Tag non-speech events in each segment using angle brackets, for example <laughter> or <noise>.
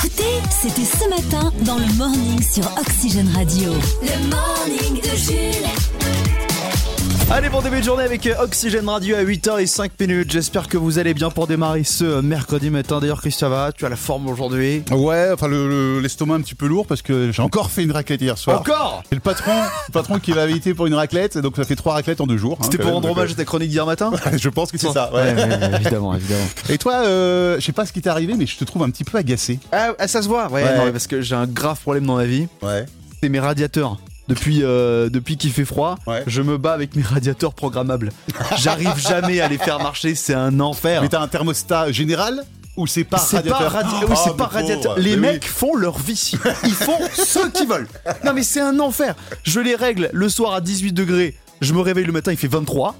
C'était ce matin dans le morning sur Oxygène Radio. Le morning de Jules. Allez, bon début de journée avec euh, Oxygène Radio à 8h05 minutes. J'espère que vous allez bien pour démarrer ce euh, mercredi matin. D'ailleurs, Christian, va tu as la forme aujourd'hui Ouais, enfin, l'estomac le, le, un petit peu lourd parce que j'ai encore fait une raclette hier soir. Encore C'est le patron, le patron qui m'a invité pour une raclette, donc ça fait trois raclettes en deux jours. C'était hein, pour rendre hommage à ta chronique d'hier <laughs> matin <laughs> Je pense que c'est ça, ouais. Ouais, ouais, <laughs> évidemment, évidemment. Et toi, euh, je sais pas ce qui t'est arrivé, mais je te trouve un petit peu agacé. Ah, ça se voit, ouais, non, mais parce que j'ai un grave problème dans ma vie. Ouais. C'est mes radiateurs depuis, euh, depuis qu'il fait froid, ouais. je me bats avec mes radiateurs programmables. J'arrive jamais à les faire marcher, c'est un enfer. Mais t'as un thermostat général ou c'est pas Ah, radiateur. Pas radi oh, oui, c'est pas radiateur. Les mecs oui. font leur vie. Ils font ce qu'ils veulent. Non mais c'est un enfer. Je les règle le soir à 18 degrés. Je me réveille le matin, il fait 23.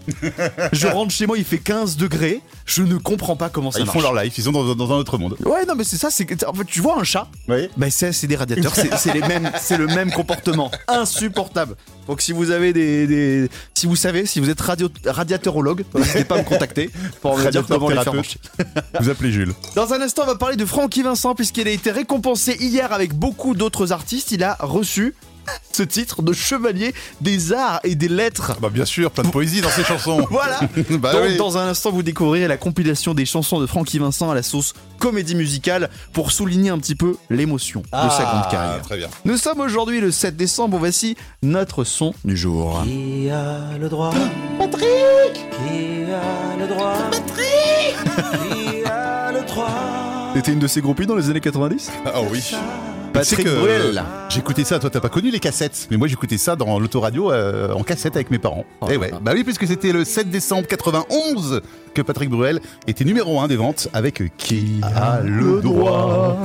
Je rentre chez moi, il fait 15 degrés. Je ne comprends pas comment ça ils marche. Ils font leur life, ils sont dans, dans, un autre monde. Ouais, non, mais c'est ça. C'est en fait, tu vois un chat. Oui. Bah, c'est des radiateurs. C'est les mêmes. C'est le même comportement insupportable. Donc si vous avez des, des si vous savez, si vous êtes radio, radiateurologue, n'hésitez pas à me contacter pour me dire comment les faire marcher. Vous appelez Jules. Dans un instant, on va parler de Francky Vincent puisqu'il a été récompensé hier avec beaucoup d'autres artistes. Il a reçu ce titre de chevalier des arts et des lettres. Bah bien sûr, plein de poésie dans ses chansons. <laughs> voilà. <laughs> bah Donc, oui. dans un instant, vous découvrirez la compilation des chansons de Francky Vincent à la sauce comédie musicale pour souligner un petit peu l'émotion ah, de sa grande carrière. Très bien. Nous sommes aujourd'hui le 7 décembre. Voici notre son du jour. Qui a le droit Patrick Qui a le droit Patrick Qui a le droit C'était une de ses groupies dans les années 90 Ah oui. Patrick Bruel. euh, J'écoutais ça, toi t'as pas connu les cassettes, mais moi j'écoutais ça dans l'autoradio euh, en cassette avec mes parents. Oh, Et ouais. Bah oui, puisque c'était le 7 décembre 91 que Patrick Bruel était numéro 1 des ventes avec Qui a le droit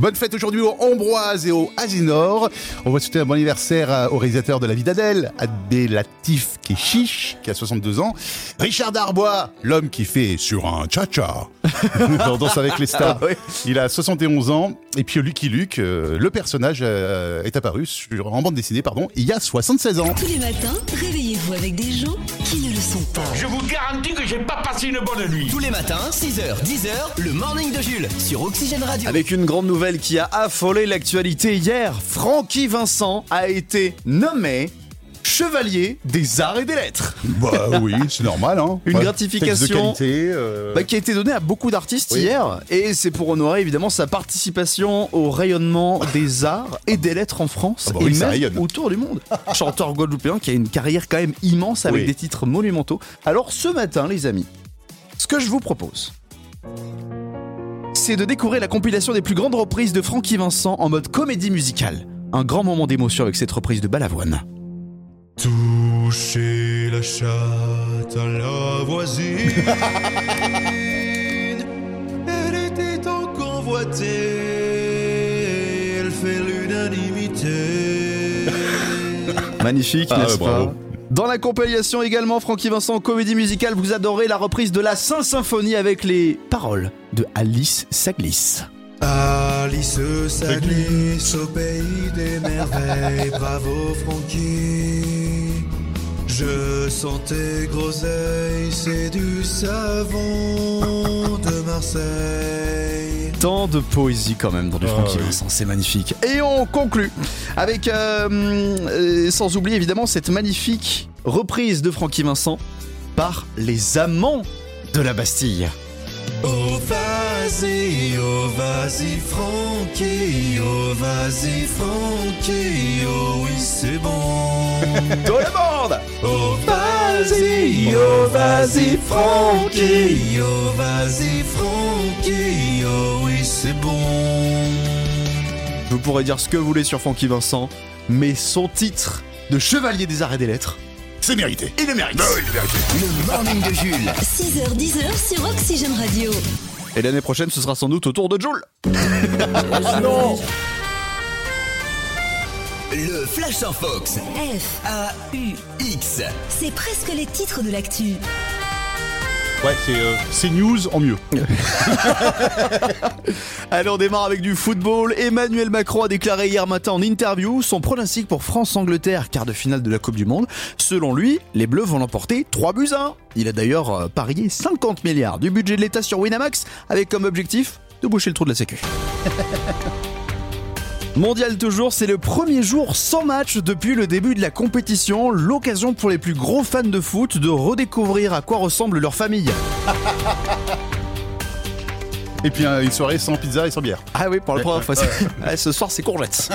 Bonne fête aujourd'hui aux Ambroise et aux Asinor. On va souhaiter un bon anniversaire au réalisateur de La vie d'Adèle, Adé Latif qui est chiche, qui a 62 ans. Richard Darbois, l'homme qui fait sur un cha-cha <laughs> dans Danse avec les stars. Il a 71 ans. Et puis Lucky Luke, euh, le personnage euh, est apparu sur, en bande dessinée pardon, il y a 76 ans. Tous les matins, réveillez-vous avec des gens qui ne le sont pas. Je vous garantis que j'ai pas passé une bonne nuit. Tous les matins, 6h, 10h, le morning de Jules sur Oxygène Radio. Avec une grande nouvelle qui a affolé l'actualité hier, Francky Vincent a été nommé Chevalier des Arts et des Lettres. <laughs> Bah oui, c'est normal. Hein. Une bah, gratification de qualité, euh... bah, qui a été donnée à beaucoup d'artistes oui. hier. Et c'est pour honorer évidemment sa participation au rayonnement des arts et des lettres en France ah bah oui, et même rayonne. autour du monde. Chanteur guadeloupéen qui a une carrière quand même immense avec oui. des titres monumentaux. Alors ce matin, les amis, ce que je vous propose, c'est de découvrir la compilation des plus grandes reprises de Francky Vincent en mode comédie musicale. Un grand moment d'émotion avec cette reprise de Balavoine. Toucher la chatte à la voisine. Elle était en convoitée. Elle fait l'unanimité. Magnifique, ah, n'est-ce pas dans la compilation également, Francky Vincent, comédie musicale, vous adorez la reprise de la Sainte Symphonie avec les paroles de Alice Saglis. Alice Saglis au pays des merveilles, bravo Francky. Je sentais groseille, c'est du savon de Marseille. Tant de poésie quand même dans du Francky ah, oui. Vincent, c'est magnifique. Et on conclut avec, euh, sans oublier évidemment, cette magnifique reprise de Francky Vincent par les amants de la <laughs> Bastille. Oh vas-y, oh vas-y Francky, oh vas-y Francky, oh oui c'est bon. Tout le monde Oh vas-y, oh vas-y Francky, oh vas-y Francky, oh oui c'est bon. Vous pourrez dire ce que vous voulez sur Francky Vincent, mais son titre de Chevalier des Arts et des Lettres, c'est mérité. Il le mérite. Non, il le mérite. Le morning de Jules. 6h, 10h sur Oxygène Radio. Et l'année prochaine, ce sera sans doute au tour de Jules. ah non Le Flash en Fox. F-A-U-X. C'est presque les titres de l'actu. Ouais, c'est euh, CNews en mieux. Allez, on démarre avec du football. Emmanuel Macron a déclaré hier matin en interview son pronostic pour France-Angleterre, quart de finale de la Coupe du Monde. Selon lui, les Bleus vont l'emporter 3 buts à 1. Il a d'ailleurs euh, parié 50 milliards du budget de l'État sur Winamax avec comme objectif de boucher le trou de la Sécu. <laughs> Mondial toujours, c'est le premier jour sans match depuis le début de la compétition, l'occasion pour les plus gros fans de foot de redécouvrir à quoi ressemble leur famille. Et puis euh, une soirée sans pizza et sans bière. Ah oui, pour la première fois. Ah, Ce soir, c'est courgettes.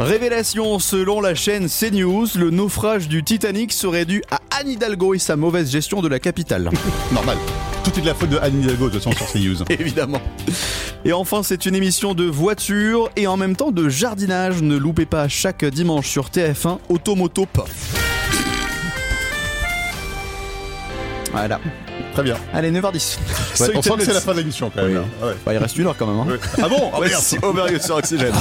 Révélation selon la chaîne CNews, le naufrage du Titanic serait dû à Anne Hidalgo et sa mauvaise gestion de la <laughs> capitale. Normal. Tout est de la faute de Anne Hidalgo, de toute façon, sur CNews. Évidemment. Et enfin, c'est une émission de voiture et en même temps de jardinage. Ne loupez pas chaque dimanche sur TF1 Automoto Pop. Voilà. Très bien. Allez, 9h10. Ouais, on Soy sent que Tennis. c'est la fin de l'émission quand même. Oui. là. Ouais. Bah, il reste une heure quand même. hein. Ouais. Ah bon Ah Ouais, merde. c'est Overuse sur Oxygène.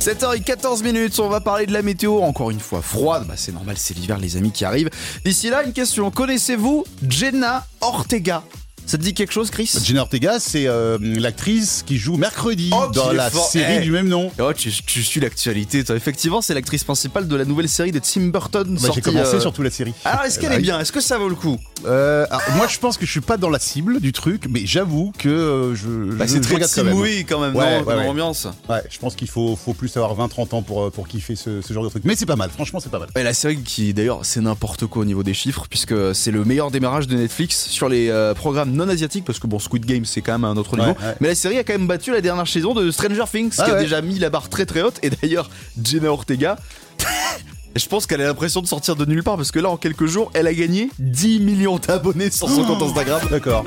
7h14 minutes, on va parler de la météo, encore une fois froide, bah c'est normal, c'est l'hiver les amis qui arrivent. D'ici là, une question, connaissez-vous Jenna Ortega Ça te dit quelque chose Chris <laughs> Gina Ortega, c'est euh, l'actrice qui joue mercredi Oh, qui dans est la fort. série Eh. du même nom. Bah, Oh, tu, tu suis l'actualité, toi. effectivement c'est l'actrice principale de la nouvelle série de Tim Burton Bah, sortie, J'ai commencé euh, surtout la série. Alors est-ce qu'elle Bah, est bien Est-ce que ça vaut le coup euh, alors, moi, je pense que je suis pas dans la cible du truc, mais j'avoue que euh, je. Bah, je- C'est je très regarde quand Tim même. hein. Movie quand même, Ouais, non, ouais, dans ouais. l'ambiance. Ouais, je pense qu'il faut, faut plus avoir 20-30 ans pour, euh, pour kiffer ce, ce genre de truc. Mais c'est pas mal, franchement, c'est pas mal. Et la série qui d'ailleurs c'est n'importe quoi au niveau des chiffres puisque c'est le meilleur démarrage de Netflix sur les euh, programmes non asiatiques parce que bon Squid Game c'est quand même à un autre Ouais, niveau ouais. mais la série a quand même battu la dernière saison de Stranger Things Ah qui a ouais. déjà mis la barre très très haute et d'ailleurs Jenna Ortega <laughs> je pense qu'elle a l'impression de sortir de nulle part parce que là en quelques jours elle a gagné 10 millions d'abonnés sur son compte Instagram D'accord.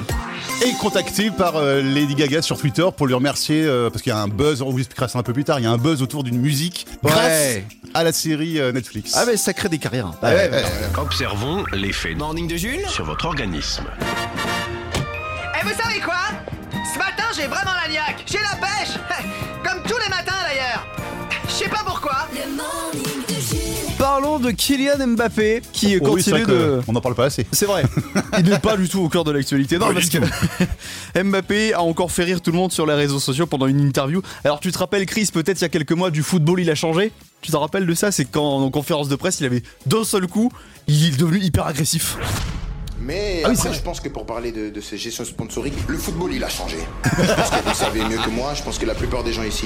Et contacté par euh, Lady Gaga sur Twitter pour lui remercier, euh, parce qu'il y a un buzz, on vous expliquera ça un peu plus tard, il y a un buzz autour d'une musique grâce Ouais. à la série euh, Netflix. ah mais ça crée des carrières hein. Ouais, ouais. Observons l'effet Morning de Jules sur votre organisme. Eh, vous savez quoi Ce matin, j'ai vraiment la niaque. J'ai la pêche. <laughs> Comme tous les matins, d'ailleurs. Je sais pas pourquoi. Le morning de Jules. parlons de Kylian Mbappé qui Oh oui, c'est continue vrai que, de euh, On n'en parle pas assez. C'est vrai. <laughs> Il n'est pas du tout au cœur de l'actualité. Non, parce que <laughs> Mbappé a encore fait rire tout le monde sur les réseaux sociaux pendant une interview. Alors, tu te rappelles, Chris, peut-être il y a quelques mois, du football, il a changé Tu te rappelles de ça C'est quand, en conférence de presse, il avait d'un seul coup, il est devenu hyper agressif. Mais Ah oui, c'est après, vrai. je pense que pour parler de, de ces gestions sponsoring, le football, il a changé. <laughs> Je pense que vous le savez mieux que moi. Je pense que la plupart des gens ici,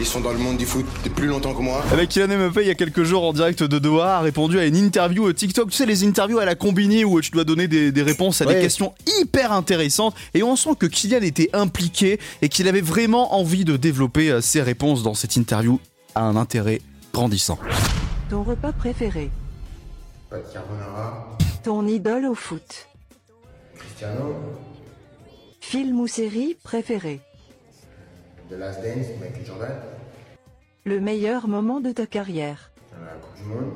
ils sont dans le monde du foot depuis plus longtemps que moi. Avec Kylian Mbappé, il y a quelques jours, en direct de Doha, a répondu à une interview au TikTok. Tu sais, les interviews à la combinée où tu dois donner des, des réponses à des Ouais. questions hyper intéressantes. Et on sent que Kylian était impliqué et qu'il avait vraiment envie de développer euh, ses réponses dans cette interview à un intérêt <laughs> grandissant. Ton repas préféré. Pas de carbonara, Ton idole au foot. Cristiano, Film ou série préférée. The Last Dance, Michael Jordan, Le meilleur moment de ta carrière. la Coupe du Monde.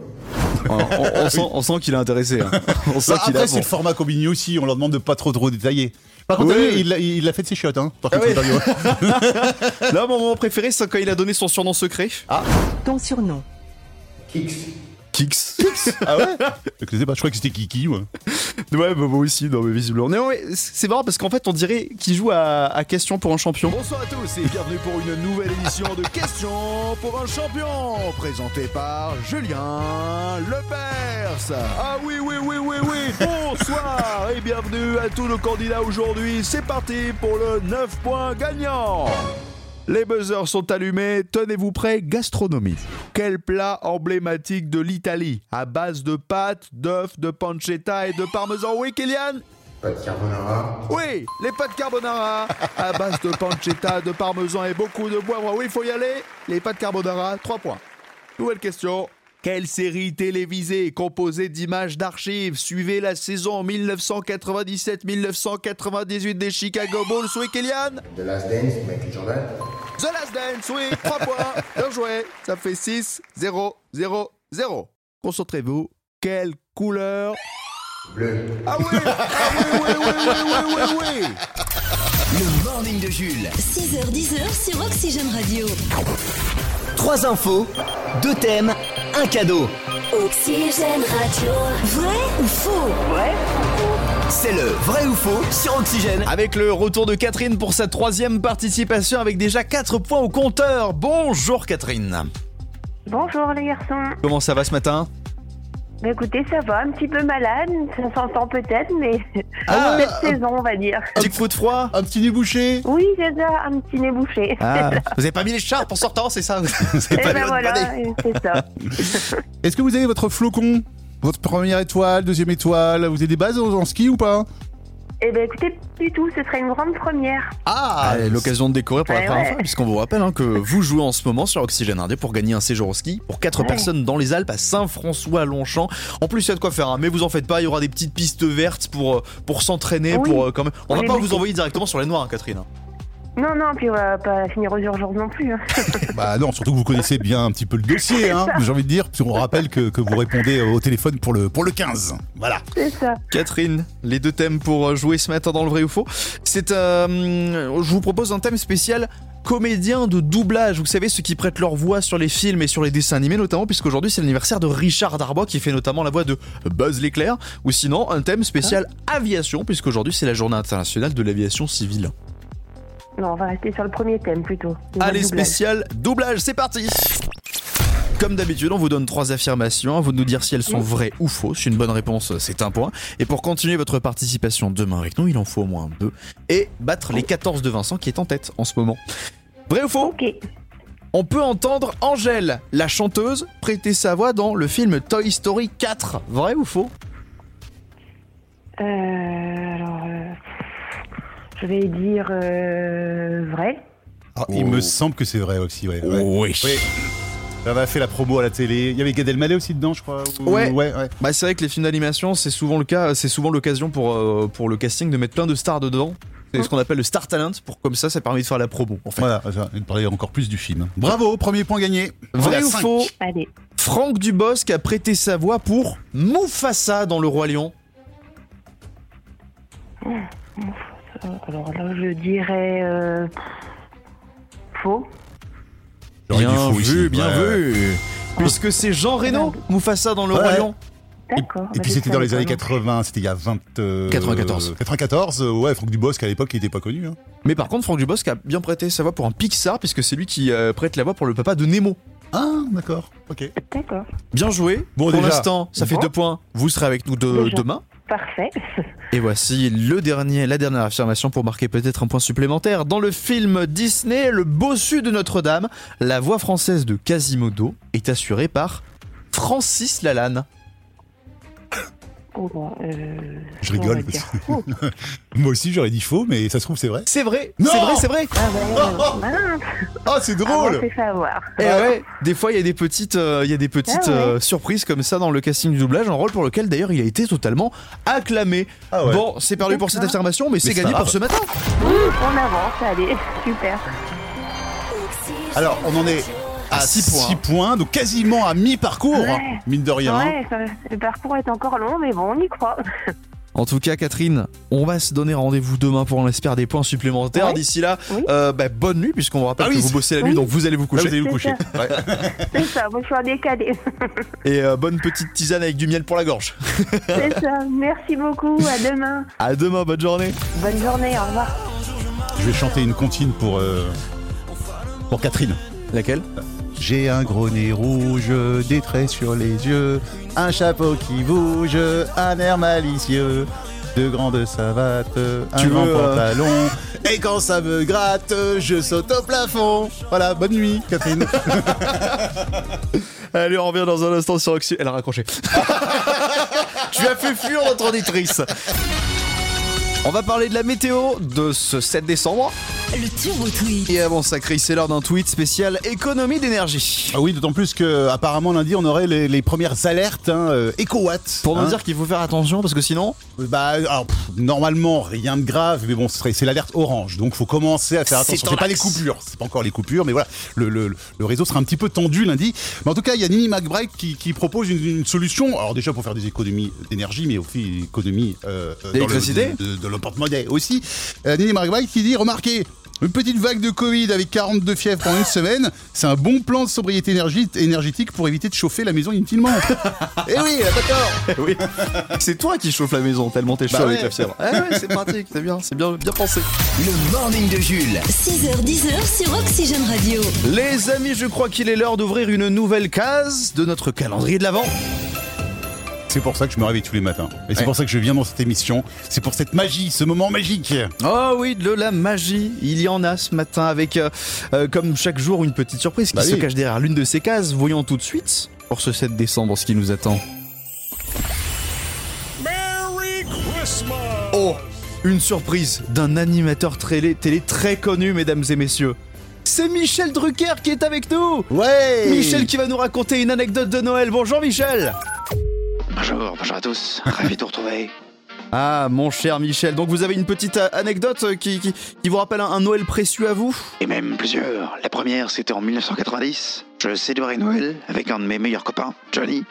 On, on- on sent, on sent qu'il est intéressé. hein. On sent Bah, qu'il a après, c'est le format Combini aussi, on leur demande de pas trop trop détailler. Par contre, Oui. t'as vu, il, a- il a fait de ses chiottes, hein. Par contre, oui. l'interview. Là, mon moment préféré, c'est quand il a donné son surnom secret. Ton surnom. Kicks. Kix. Ah ouais Je sais pas, je crois que c'était Kiki, ouais. Ouais, bah, moi aussi, non, mais visiblement. Non, mais c'est marrant parce qu'en fait, on dirait qu'il joue à, à Question pour un champion. Bonsoir à tous et bienvenue pour une nouvelle émission de Question pour un champion, présentée par Julien Lepers. Ah oui, oui, oui, oui, oui, bonsoir et bienvenue à tous nos candidats aujourd'hui. C'est parti pour le 9 points gagnant. Les buzzers sont allumés, tenez-vous prêts, gastronomie. Quel plat emblématique de l'Italie À base de pâtes, d'œufs, de pancetta et de parmesan. Oui, Kylian Pas de carbonara, Oui, les pâtes carbonara à base de pancetta, de parmesan et beaucoup de poivre. Oui, il faut y aller. Les pâtes carbonara, 3 points. Nouvelle question. Quelle série télévisée composée d'images d'archives suivait la saison 1997-1998 des Chicago Bulls Oui, Kylian The Last Dance, Michael Jordan. The Last Dance, oui, 3 points. Bien joué. Ça fait 6, 0, 0, 0. Concentrez-vous. Quelle couleur Bleu. Ah oui Ah oui, oui, oui, oui, oui, oui, oui Le Morning de Jules. 6h10 sur Oxygène Radio. Trois infos, deux thèmes, un cadeau. Oxygène Radio. Vrai ou faux C'est le vrai ou faux sur Oxygène. Avec le retour de Catherine pour sa troisième participation avec déjà 4 points au compteur. Bonjour Catherine. Bonjour les garçons, Comment ça va ce matin Bah, écoutez, ça va, un petit peu malade, ça s'entend peut-être, mais Ah, <laughs> cette saison, on va dire. Un petit coup de froid Un petit nez bouché Oui, c'est ça, un petit nez bouché. <laughs> Ah, vous avez pas mis les charpes en sortant, c'est ça Vous avez Et pas mis ben votre voilà, bonnet c'est <laughs> ça. Est-ce que vous avez votre flocon Votre première étoile, deuxième étoile Vous avez des bases en en ski ou pas Eh ben écoutez, pas du tout, ce serait une grande première. Ah, l'occasion de découvrir pour la Ouais, première ouais. fois, puisqu'on vous rappelle <laughs> hein, que vous jouez en ce moment sur Oxygène Indé pour gagner un séjour au ski pour 4 Ouais. personnes dans les Alpes à Saint-François-Longchamp. En plus, il y a de quoi faire, hein, mais vous en faites pas, il y aura des petites pistes vertes pour, euh, pour s'entraîner. Oui. Pour, euh, quand même... On On va est pas vous bloqués. envoyer directement sur les noirs, hein, Catherine. hein. Non, non, puis on va pas finir aux urgences non plus. hein. <laughs> Bah non, surtout que vous connaissez bien un petit peu le <laughs> dossier, hein, j'ai envie de dire, puis on rappelle que, que vous répondez au téléphone pour le, pour le 15. Voilà. c'est ça. Catherine, les deux thèmes pour euh, jouer ce matin dans le vrai ou faux. C'est, euh, je vous propose un thème spécial comédien de doublage. Vous savez ceux qui prêtent leur voix sur les films et sur les dessins animés notamment, puisqu'aujourd'hui c'est l'anniversaire de Richard Darbois qui fait notamment la voix de Buzz l'éclair. Ou sinon un thème spécial aviation, puisqu'aujourd'hui c'est la journée internationale de l'aviation civile. Non, on va rester sur le premier thème plutôt. Le Allez, doublage. spécial doublage, c'est parti comme d'habitude, on vous donne trois affirmations, à vous de nous dire si elles sont vraies ou fausses. Une bonne réponse, c'est un point. Et pour continuer votre participation demain avec nous, il en faut au moins deux. Et battre les 14 de Vincent qui est en tête en ce moment. Vrai ou faux On peut entendre Angèle, la chanteuse, prêter sa voix dans le film Toy Story 4. Vrai ou faux Euh, alors, euh, je vais dire euh, vrai. Ah, Il Oh. me semble que c'est vrai aussi, ouais. ouais. Oui. Elle a fait la promo à la télé. Il y avait Gad Elmaleh aussi dedans, je crois. ou- Ouais. ouais, Bah c'est vrai que les films d'animation, c'est souvent le cas, c'est souvent l'occasion pour euh, pour le casting de mettre plein de stars dedans. C'est ce qu'on appelle le star talent. Pour comme ça, ça permet de faire la promo. En fait. Voilà, ça, il parlait encore plus du film. Bravo, premier point gagné. On est Vrai à ou cinq. faux Franck Dubosc a prêté sa voix pour Mufasa dans Le Roi Lion. euh, Alors là, je dirais euh, faux. J'aurais dit Bien faux vu, ici. bien Ouais, ouais. vu. Puisque c'est Jean Reno, Mufasa dans Le Roi Ouais. Lion. D'accord. Et bah, puis je c'était dans savais les pas, années non. 80, c'était il y a 20... euh, 94. 94, euh, ouais, Franck Dubosc à l'époque, il n'était pas connu. hein. Mais par contre, Franck Dubosc a bien prêté sa voix pour un Pixar, puisque c'est lui qui euh, prête la voix pour le papa de Nemo. Ah, d'accord, ok. D'accord. Bien joué. Bon, pour déjà. l'instant, ça fait Bon. deux points. Vous serez avec nous de- Déjà. demain. Parfait. Et voici le dernier, la dernière affirmation pour marquer peut-être un point supplémentaire. Dans le film Disney, le bossu de Notre-Dame, la voix française de Quasimodo est assurée par Francis Lalanne. Oh, bon, euh, Je on va rigole. dire parce que- faux. Moi aussi, j'aurais dit faux, mais ça se trouve, c'est vrai. C'est vrai, Non c'est vrai, c'est vrai. Ah <laughs> ouais, mince. Ah, c'est Ah, drôle on s'est fait avoir. Et ouais, Eh bah, des fois il y a des petites, euh, il y a des petites Ah ouais. euh, surprises comme ça dans le casting du doublage, un rôle pour lequel d'ailleurs il a été totalement acclamé. Ah ouais. Bon, c'est perdu pour cette affirmation, mais, c'est c'est gagné pas pour ce grave. matin. Ouh, on avance, allez, super. Alors, on en est à 6 points. donc quasiment à mi-parcours, Ouais. hein, mine de rien. hein. Ouais, ça- le parcours est encore long, mais bon, on y croit. En tout cas, Catherine, on va se donner rendez-vous demain pour, on l'espère, des points supplémentaires. Ouais. D'ici là, Oui. euh, bah, bonne nuit, puisqu'on vous rappelle Ah oui, que vous c'est- bossez la nuit, oui. donc vous allez vous Là, coucher. vous allez vous coucher. C'est <laughs> C'est ça, bon, je suis en décalé. Et euh, bonne petite tisane avec du miel pour la gorge. C'est ça, merci beaucoup, à demain. À demain, bonne journée. Bonne journée, au revoir. Je vais chanter une comptine pour, euh, pour Catherine. Laquelle J'ai un gros nez rouge, des traits sur les yeux, un chapeau qui bouge, un air malicieux, de grandes savates, un Tu grand veux, euh, pantalon. <laughs> Et quand ça me gratte, je saute au plafond. Voilà, bonne nuit, Catherine. Allez, on revient dans un instant sur Oxy. Elle a raccroché. <laughs> tu as fait fuir notre auditrice. On va parler de la météo de ce 7 décembre. Le turbo tweet. Et avant ça, Chris, c'est l'heure d'un tweet spécial économie d'énergie. <laughs> Ah oui, d'autant plus que apparemment lundi on aurait les, les premières alertes hein, euh, éco-watts. Pour nous hein. dire qu'il faut faire attention, parce que sinon, Bah, alors, pff, normalement, rien de grave, mais bon, ce serait- c'est l'alerte orange. Donc, faut commencer à faire C'est attention. en C'est pas les axe. coupures, c'est pas encore les coupures, mais voilà, le, le- le réseau sera un petit peu tendu lundi. Mais en tout cas, il y a Nini McBride qui, qui propose une, une solution. Alors, déjà pour faire des économies d'énergie, mais aussi des économies euh, euh, dans le- D'électricité de, de- de leur porte-monnaie aussi. Euh, Nini McBride qui dit remarquez, une petite vague de Covid avec 42 fièvres pendant une semaine, c'est un bon plan de sobriété énergie- énergétique pour éviter de chauffer la maison <laughs> inutilement. eh oui, elle a pas tort Ah, oui. C'est toi qui chauffe la maison tellement t'es chaud Bah avec ouais. la fièvre. Eh ouais, c'est pratique, c'est bien, c'est bien, bien pensé. Le morning de Jules. 6h10h sur Oxygène Radio. Les amis, je crois qu'il est l'heure d'ouvrir une nouvelle case de notre calendrier de l'avant. C'est pour ça que je me réveille tous les matins. Et c'est pour ça que je viens dans cette émission. C'est pour cette magie, ce moment magique. Oh oui, de la magie, il y en a ce matin avec, euh, euh, comme chaque jour, une petite surprise qui Bah se oui. cache derrière l'une de ces cases. Voyons tout de suite, pour ce 7 décembre, ce qui nous attend. Merry Christmas! Oh Une surprise d'un animateur télé, télé très connu, mesdames et messieurs. C'est Michel Drucker qui est avec nous Ouais Michel qui va nous raconter une anecdote de Noël. Bonjour Michel Bonjour, bonjour à tous. Ravi de vous retrouver. <laughs> Ah mon cher Michel, donc vous avez une petite euh, anecdote euh, qui, qui- qui vous rappelle un, un Noël précieux à vous Et même plusieurs. La première, c'était en 1990. Je célébrais Noël avec un de mes meilleurs copains, Johnny.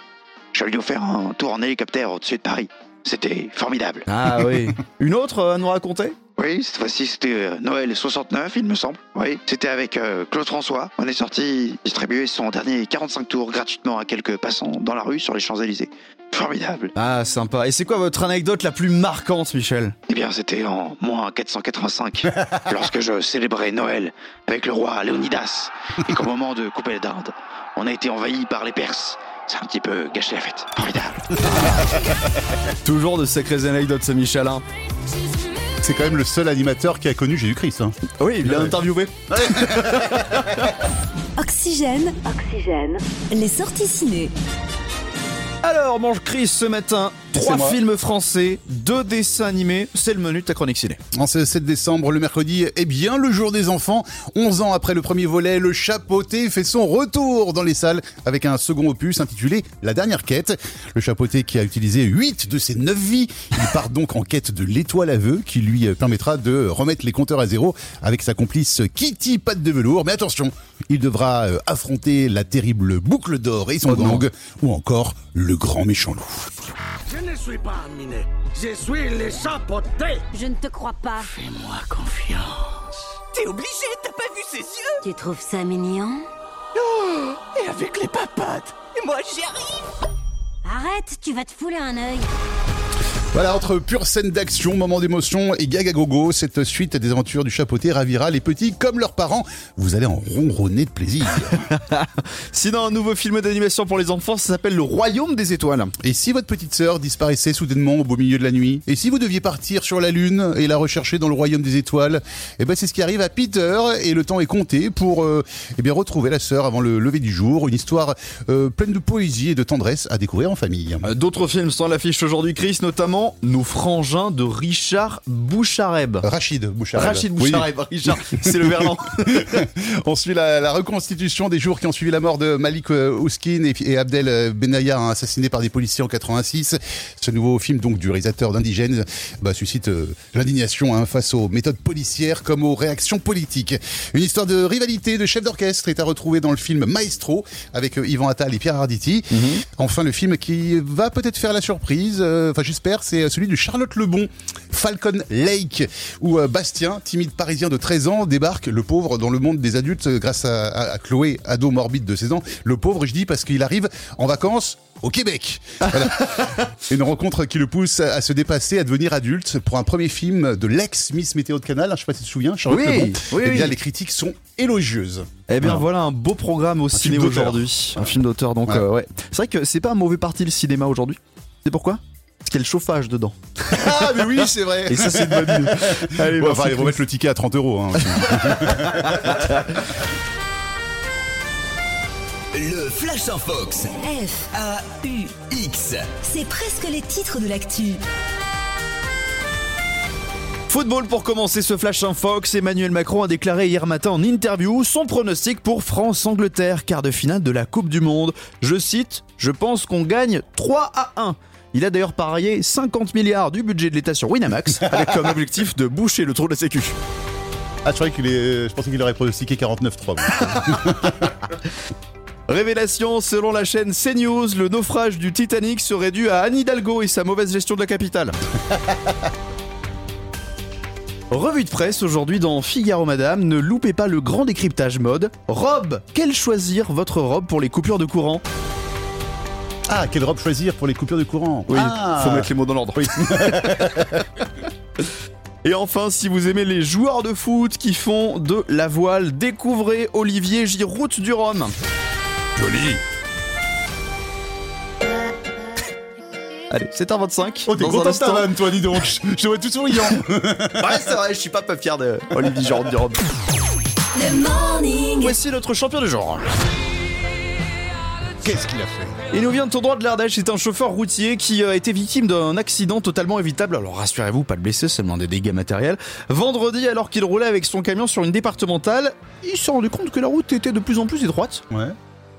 Je lui ai offert un tour en hélicoptère au-dessus de Paris. C'était formidable. Ah <laughs> oui. une autre euh, à nous raconter Oui, cette fois-ci, c'était euh, Noël 69, il me semble. Oui, c'était avec euh, Claude François. On est sorti distribuer son dernier 45 tours gratuitement à quelques passants dans la rue sur les Champs-Élysées. Formidable. Ah sympa. Et c'est quoi votre anecdote la plus marquante Michel Eh bien, c'était en moins 485, lorsque je célébrais Noël avec le roi Léonidas, et qu'au moment de couper la dinde, on a été envahi par les Perses. C'est un petit peu gâché la fête. Formidable. Toujours de sacrées anecdotes ce Michel. hein. C'est quand même le seul animateur qui a connu Jésus-Christ. Hein. Oui, il l'a interviewé. Oxygène. Oxygène. Les sorties ciné. Alors, mange Chris ce matin, trois films français, deux dessins animés, c'est le menu de ta chronique ciné. En ce 7 décembre, le mercredi, eh bien, le jour des enfants. 11 ans après le premier volet, le chapeauté fait son retour dans les salles avec un second opus intitulé La dernière quête. Le chapeauté qui a utilisé 8 de ses 9 vies. Il part donc en quête de l'étoile à vœux qui lui permettra de remettre les compteurs à zéro avec sa complice Kitty Patte de Velours. Mais attention, il devra euh, affronter la terrible boucle d'or et son gang ou encore le grand méchant loup. Je ne suis pas un minet, je suis le chapeauté. Je ne te crois pas. Fais-moi confiance. T'es obligé, t'as pas vu ses yeux Tu trouves ça mignon Oh, Et avec les papates Et moi j'y arrive Arrête, tu vas te fouler un œil. Voilà, entre pure scène d'action, moment d'émotion et gaga gogo, cette suite des aventures du chapeauté ravira les petits comme leurs parents. Vous allez en ronronner de plaisir. Sinon, un nouveau film d'animation pour les enfants, ça s'appelle Le Royaume des Étoiles. Et si votre petite sœur disparaissait soudainement au beau milieu de la nuit Et si vous deviez partir sur la Lune et la rechercher dans le Royaume des Étoiles Eh ben c'est ce qui arrive à Peter et le temps est compté pour euh, eh bien, retrouver la sœur avant le lever du jour. Une histoire euh, pleine de poésie et de tendresse à découvrir en famille. Euh, D'autres films sont à l'affiche aujourd'hui, Chris, notamment Nos frangins de Richard Bouchareb. Rachid Bouchareb. Rachid Oui. Bouchareb, Richard, c'est le verlan. On suit la, la reconstitution des jours qui ont suivi la mort de Malik euh, Ouskine et, et Abdel euh, Benaya, hein, assassinés par des policiers en 86. Ce nouveau film donc du réalisateur d'Indigènes bah, suscite euh, l'indignation hein, face aux méthodes policières comme aux réactions politiques. Une histoire de rivalité de chefs d'orchestre est à retrouver dans le film Maestro avec euh, Yvan Attal et Pierre Arditi. Mhm. Enfin le film qui va peut-être faire la surprise, euh, enfin j'espère, c'est celui de Charlotte Lebon, Falcon Lake, où euh, Bastien, timide parisien de 13 ans, débarque le pauvre dans le monde des adultes euh, grâce à, à- à Chloé, ado morbide de 16 ans. Le pauvre, je dis, parce qu'il arrive en vacances. Au Québec. <laughs> Voilà. Une rencontre qui le pousse à à se dépasser, à devenir adulte pour un premier film de l'ex-Miss Météo de Canal. hein, Je sais pas si tu te souviens, Charlotte Oui, Lebon. oui, Eh bien, oui. les critiques sont élogieuses. <laughs> Eh bien Voilà. voilà un beau programme au ciné film d'auteur. aujourd'hui. Un film d'auteur donc Ouais. euh, ouais. C'est vrai que c'est pas un mauvais parti le cinéma aujourd'hui. C'est pourquoi Parce qu'il y a le chauffage dedans. Ah, mais oui, c'est vrai. Et ça, c'est une <laughs> bonne idée. Allez, merci, Ouais, enfin, ils Chris. remettent le ticket à 30 euros. hein. Le Flash en Fox. F. A U X. C'est presque les titres de l'actu. Football pour commencer ce Flash en Fox. Emmanuel Macron a déclaré hier matin en interview son pronostic pour France-Angleterre, quart de finale de la Coupe du Monde. Je cite Je pense qu'on gagne 3 à 1. Il a d'ailleurs parié 50 milliards du budget de l'État sur Winamax, avec comme objectif de boucher le trou de la Sécu. Ah, je croyais qu'il est. Je pensais qu'il aurait pronostiqué 49-3. Révélation, selon la chaîne CNews, le naufrage du Titanic serait dû à Anne Hidalgo et sa mauvaise gestion de la capitale. <laughs> Revue de presse aujourd'hui dans Figaro Madame, ne loupez pas le grand décryptage mode. Robe, quelle choisir votre robe pour les coupures de courant Ah, quelle robe choisir pour les coupures de courant Oui, Ah. faut mettre les mots dans l'ordre. <laughs> Et enfin, si vous aimez les joueurs de foot qui font de la voile, découvrez Olivier Giroud du Rhum. Joli Allez, 7h25. Oh, t'es dans un content de ta instant. vanne, toi, dis donc. <laughs> Je te vois tout souriant. ouais, c'est vrai, je suis pas pas fier de Olivier Giroud du Rhum. Le morning. Voici notre champion du jour. Qu'est-ce qu'il a fait Il nous vient de tout droit de l'Ardèche, c'est un chauffeur routier qui a été victime d'un accident totalement évitable. Alors rassurez-vous, pas de blessés, seulement des dégâts matériels. Vendredi, alors qu'il roulait avec son camion sur une départementale, il s'est rendu compte que la route était de plus en plus étroite. Ouais.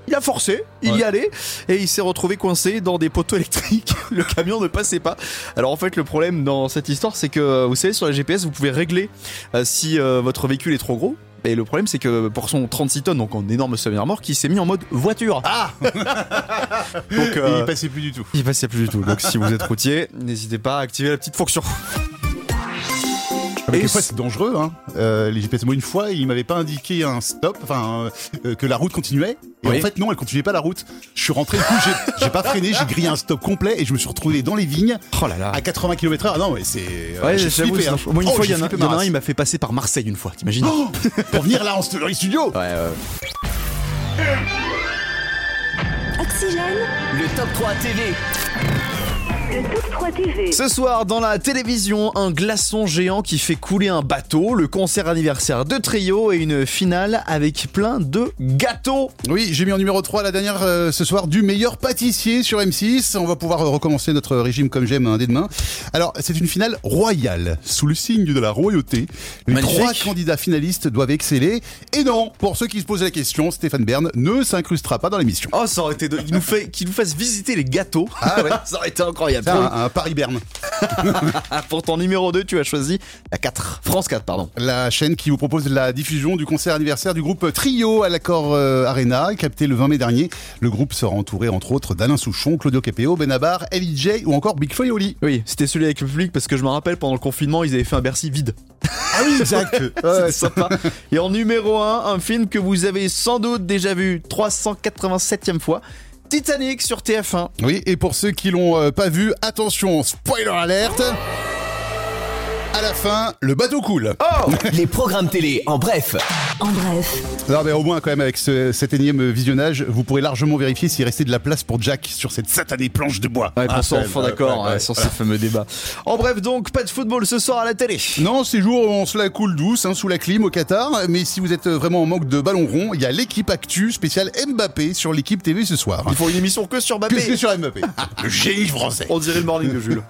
Il a forcé, il y allait, et il s'est retrouvé coincé dans des poteaux <laughs> électriques. Le camion ne passait pas. Alors en fait, le problème dans cette histoire, c'est que vous savez, sur la GPS, vous pouvez régler euh, si euh, votre véhicule est trop gros. Et le problème, c'est que pour son 36 tonnes, donc en énorme semi-remorque, il s'est mis en mode voiture. Ah Donc, euh, Et il passait plus du tout. il passait plus du tout. Donc si vous êtes routier, n'hésitez pas à activer la petite fonction. Ah, Mais Et quelquefois, c'est dangereux. Hein. Euh, les GPS, moi, une fois, il m'avait pas indiqué un stop, enfin, euh, que la route continuait. Et Oui. en fait, non, elle continuait pas la route. Je suis rentré, du coup, j'ai- j'ai pas freiné, j'ai grillé un stop complet et je me suis retrouvé dans les vignes <laughs> Oh là là. à 80 km/h. Ah non, mais c'est. euh, Ouais, j'ai j'avoue, flippé, c'est hein. dangereux. Moi, une Oh, fois, il j'ai y en a, flippé il y en ma a un, race. il m'a fait passer par Marseille une fois, t'imagines Oh Pour venir là en Story Studio Ouais, ouais, ouais. Oxygène. Le top 3 TV. Le top 3 TV. Ce soir, dans la télévision, un glaçon géant qui fait couler un bateau, le concert anniversaire de Trio et une finale avec plein de gâteaux. Oui, j'ai mis en numéro 3 la dernière euh, ce soir du meilleur pâtissier sur M6. On va pouvoir euh, recommencer notre régime comme j'aime hein, dès demain. Alors, c'est une finale royale, sous le signe de la royauté. Les Magnifique. trois candidats finalistes doivent exceller. Et non, pour ceux qui se posent la question, Stéphane Bern ne s'incrustera pas dans l'émission. Oh, ça aurait été de... il nous fait qu'il nous fasse visiter les gâteaux. Ah ouais. <laughs> ça aurait été incroyable. ah, C'est un, un Paris Bern. Pour ton numéro 2, tu as choisi la 4. France 4, pardon. La chaîne qui vous propose la diffusion du concert anniversaire du groupe Trio à l'accord euh, Arena, capté le 20 mai dernier. Le groupe sera entouré entre autres d'Alain Souchon, Claudio Capéo, Benabar, J ou encore Big Flo et Oli. Oui, c'était celui avec le public parce que je me rappelle pendant le confinement, ils avaient fait un Bercy vide. Ah oui, <laughs> exact. C'était sympa. Et en numéro 1, un film que vous avez sans doute déjà vu 387e fois, Titanic sur TF1. Oui, et pour ceux qui l'ont euh, pas vu, attention, spoiler alerte. À la fin, le bateau coule. Oh Les programmes télé, en bref. En bref, Non, mais ben, au moins, quand même, avec ce- cet énième visionnage, vous pourrez largement vérifier s'il restait de la place pour Jack sur cette satanée planche de bois. Ouais, pour Ah, ça, quand enfin même, d'accord ouais, ouais, hein, sur voilà. ce fameux débat. En bref, donc, pas de football ce soir à la télé. Non, ces jours, on se la coule douce, hein, sous la clim au Qatar. Mais si vous êtes euh, vraiment en manque de ballon rond, il y a l'équipe Actu spéciale Mbappé sur l'équipe TV ce soir. Ils font une émission que sur Qu'est-ce que Mbappé. sur Mbappé Ah, Le génie français. On dirait le morning de Jules.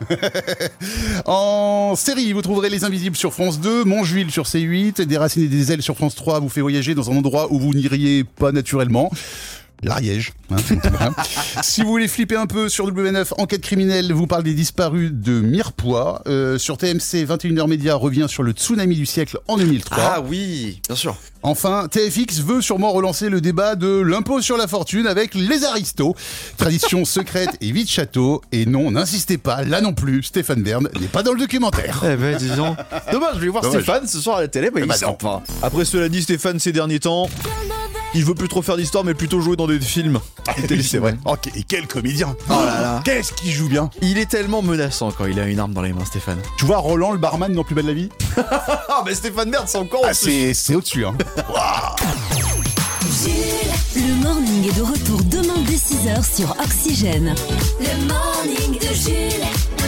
En série, vous trouverez Les Invisibles sur France 2, Montjuil sur C8, Des Racines et des Ailes sur France 3 vous fait voyager dans un endroit où vous n'iriez pas naturellement. L'Ariège. hein, c'est bien. si vous voulez flipper un peu sur W9, Enquête criminelle vous parle des disparus de Mirepoix. Euh, sur TMC, 21h Média revient sur le tsunami du siècle en 2003. Ah oui, bien sûr. Enfin, TFX veut sûrement relancer le débat de l'impôt sur la fortune avec les aristos. Tradition secrète et vide château. Et non, n'insistez pas, là non plus, Stéphane Bern n'est pas dans le documentaire. Eh ben, disons. Dommage, je vais voir Dommage. Stéphane ce soir à la télé, mais Eh il ben sera non. pas. Après cela dit, Stéphane, ces derniers temps, il veut plus trop faire d'histoire, mais plutôt jouer dans des films. Des Ah, Oui, téléfilms. Oh c'est vrai. Oh, que- et quel comédien Qu'est-ce qu'il joue bien Il est tellement menaçant quand il a une arme dans les mains, Stéphane. Tu vois Roland le barman dans Plus bas de la vie Ah, mais Stéphane Merde, c'est encore Ah, C'est c'est au-dessus. Hein. le morning est de retour demain dès 6h sur Oxygène. Le morning de Jules.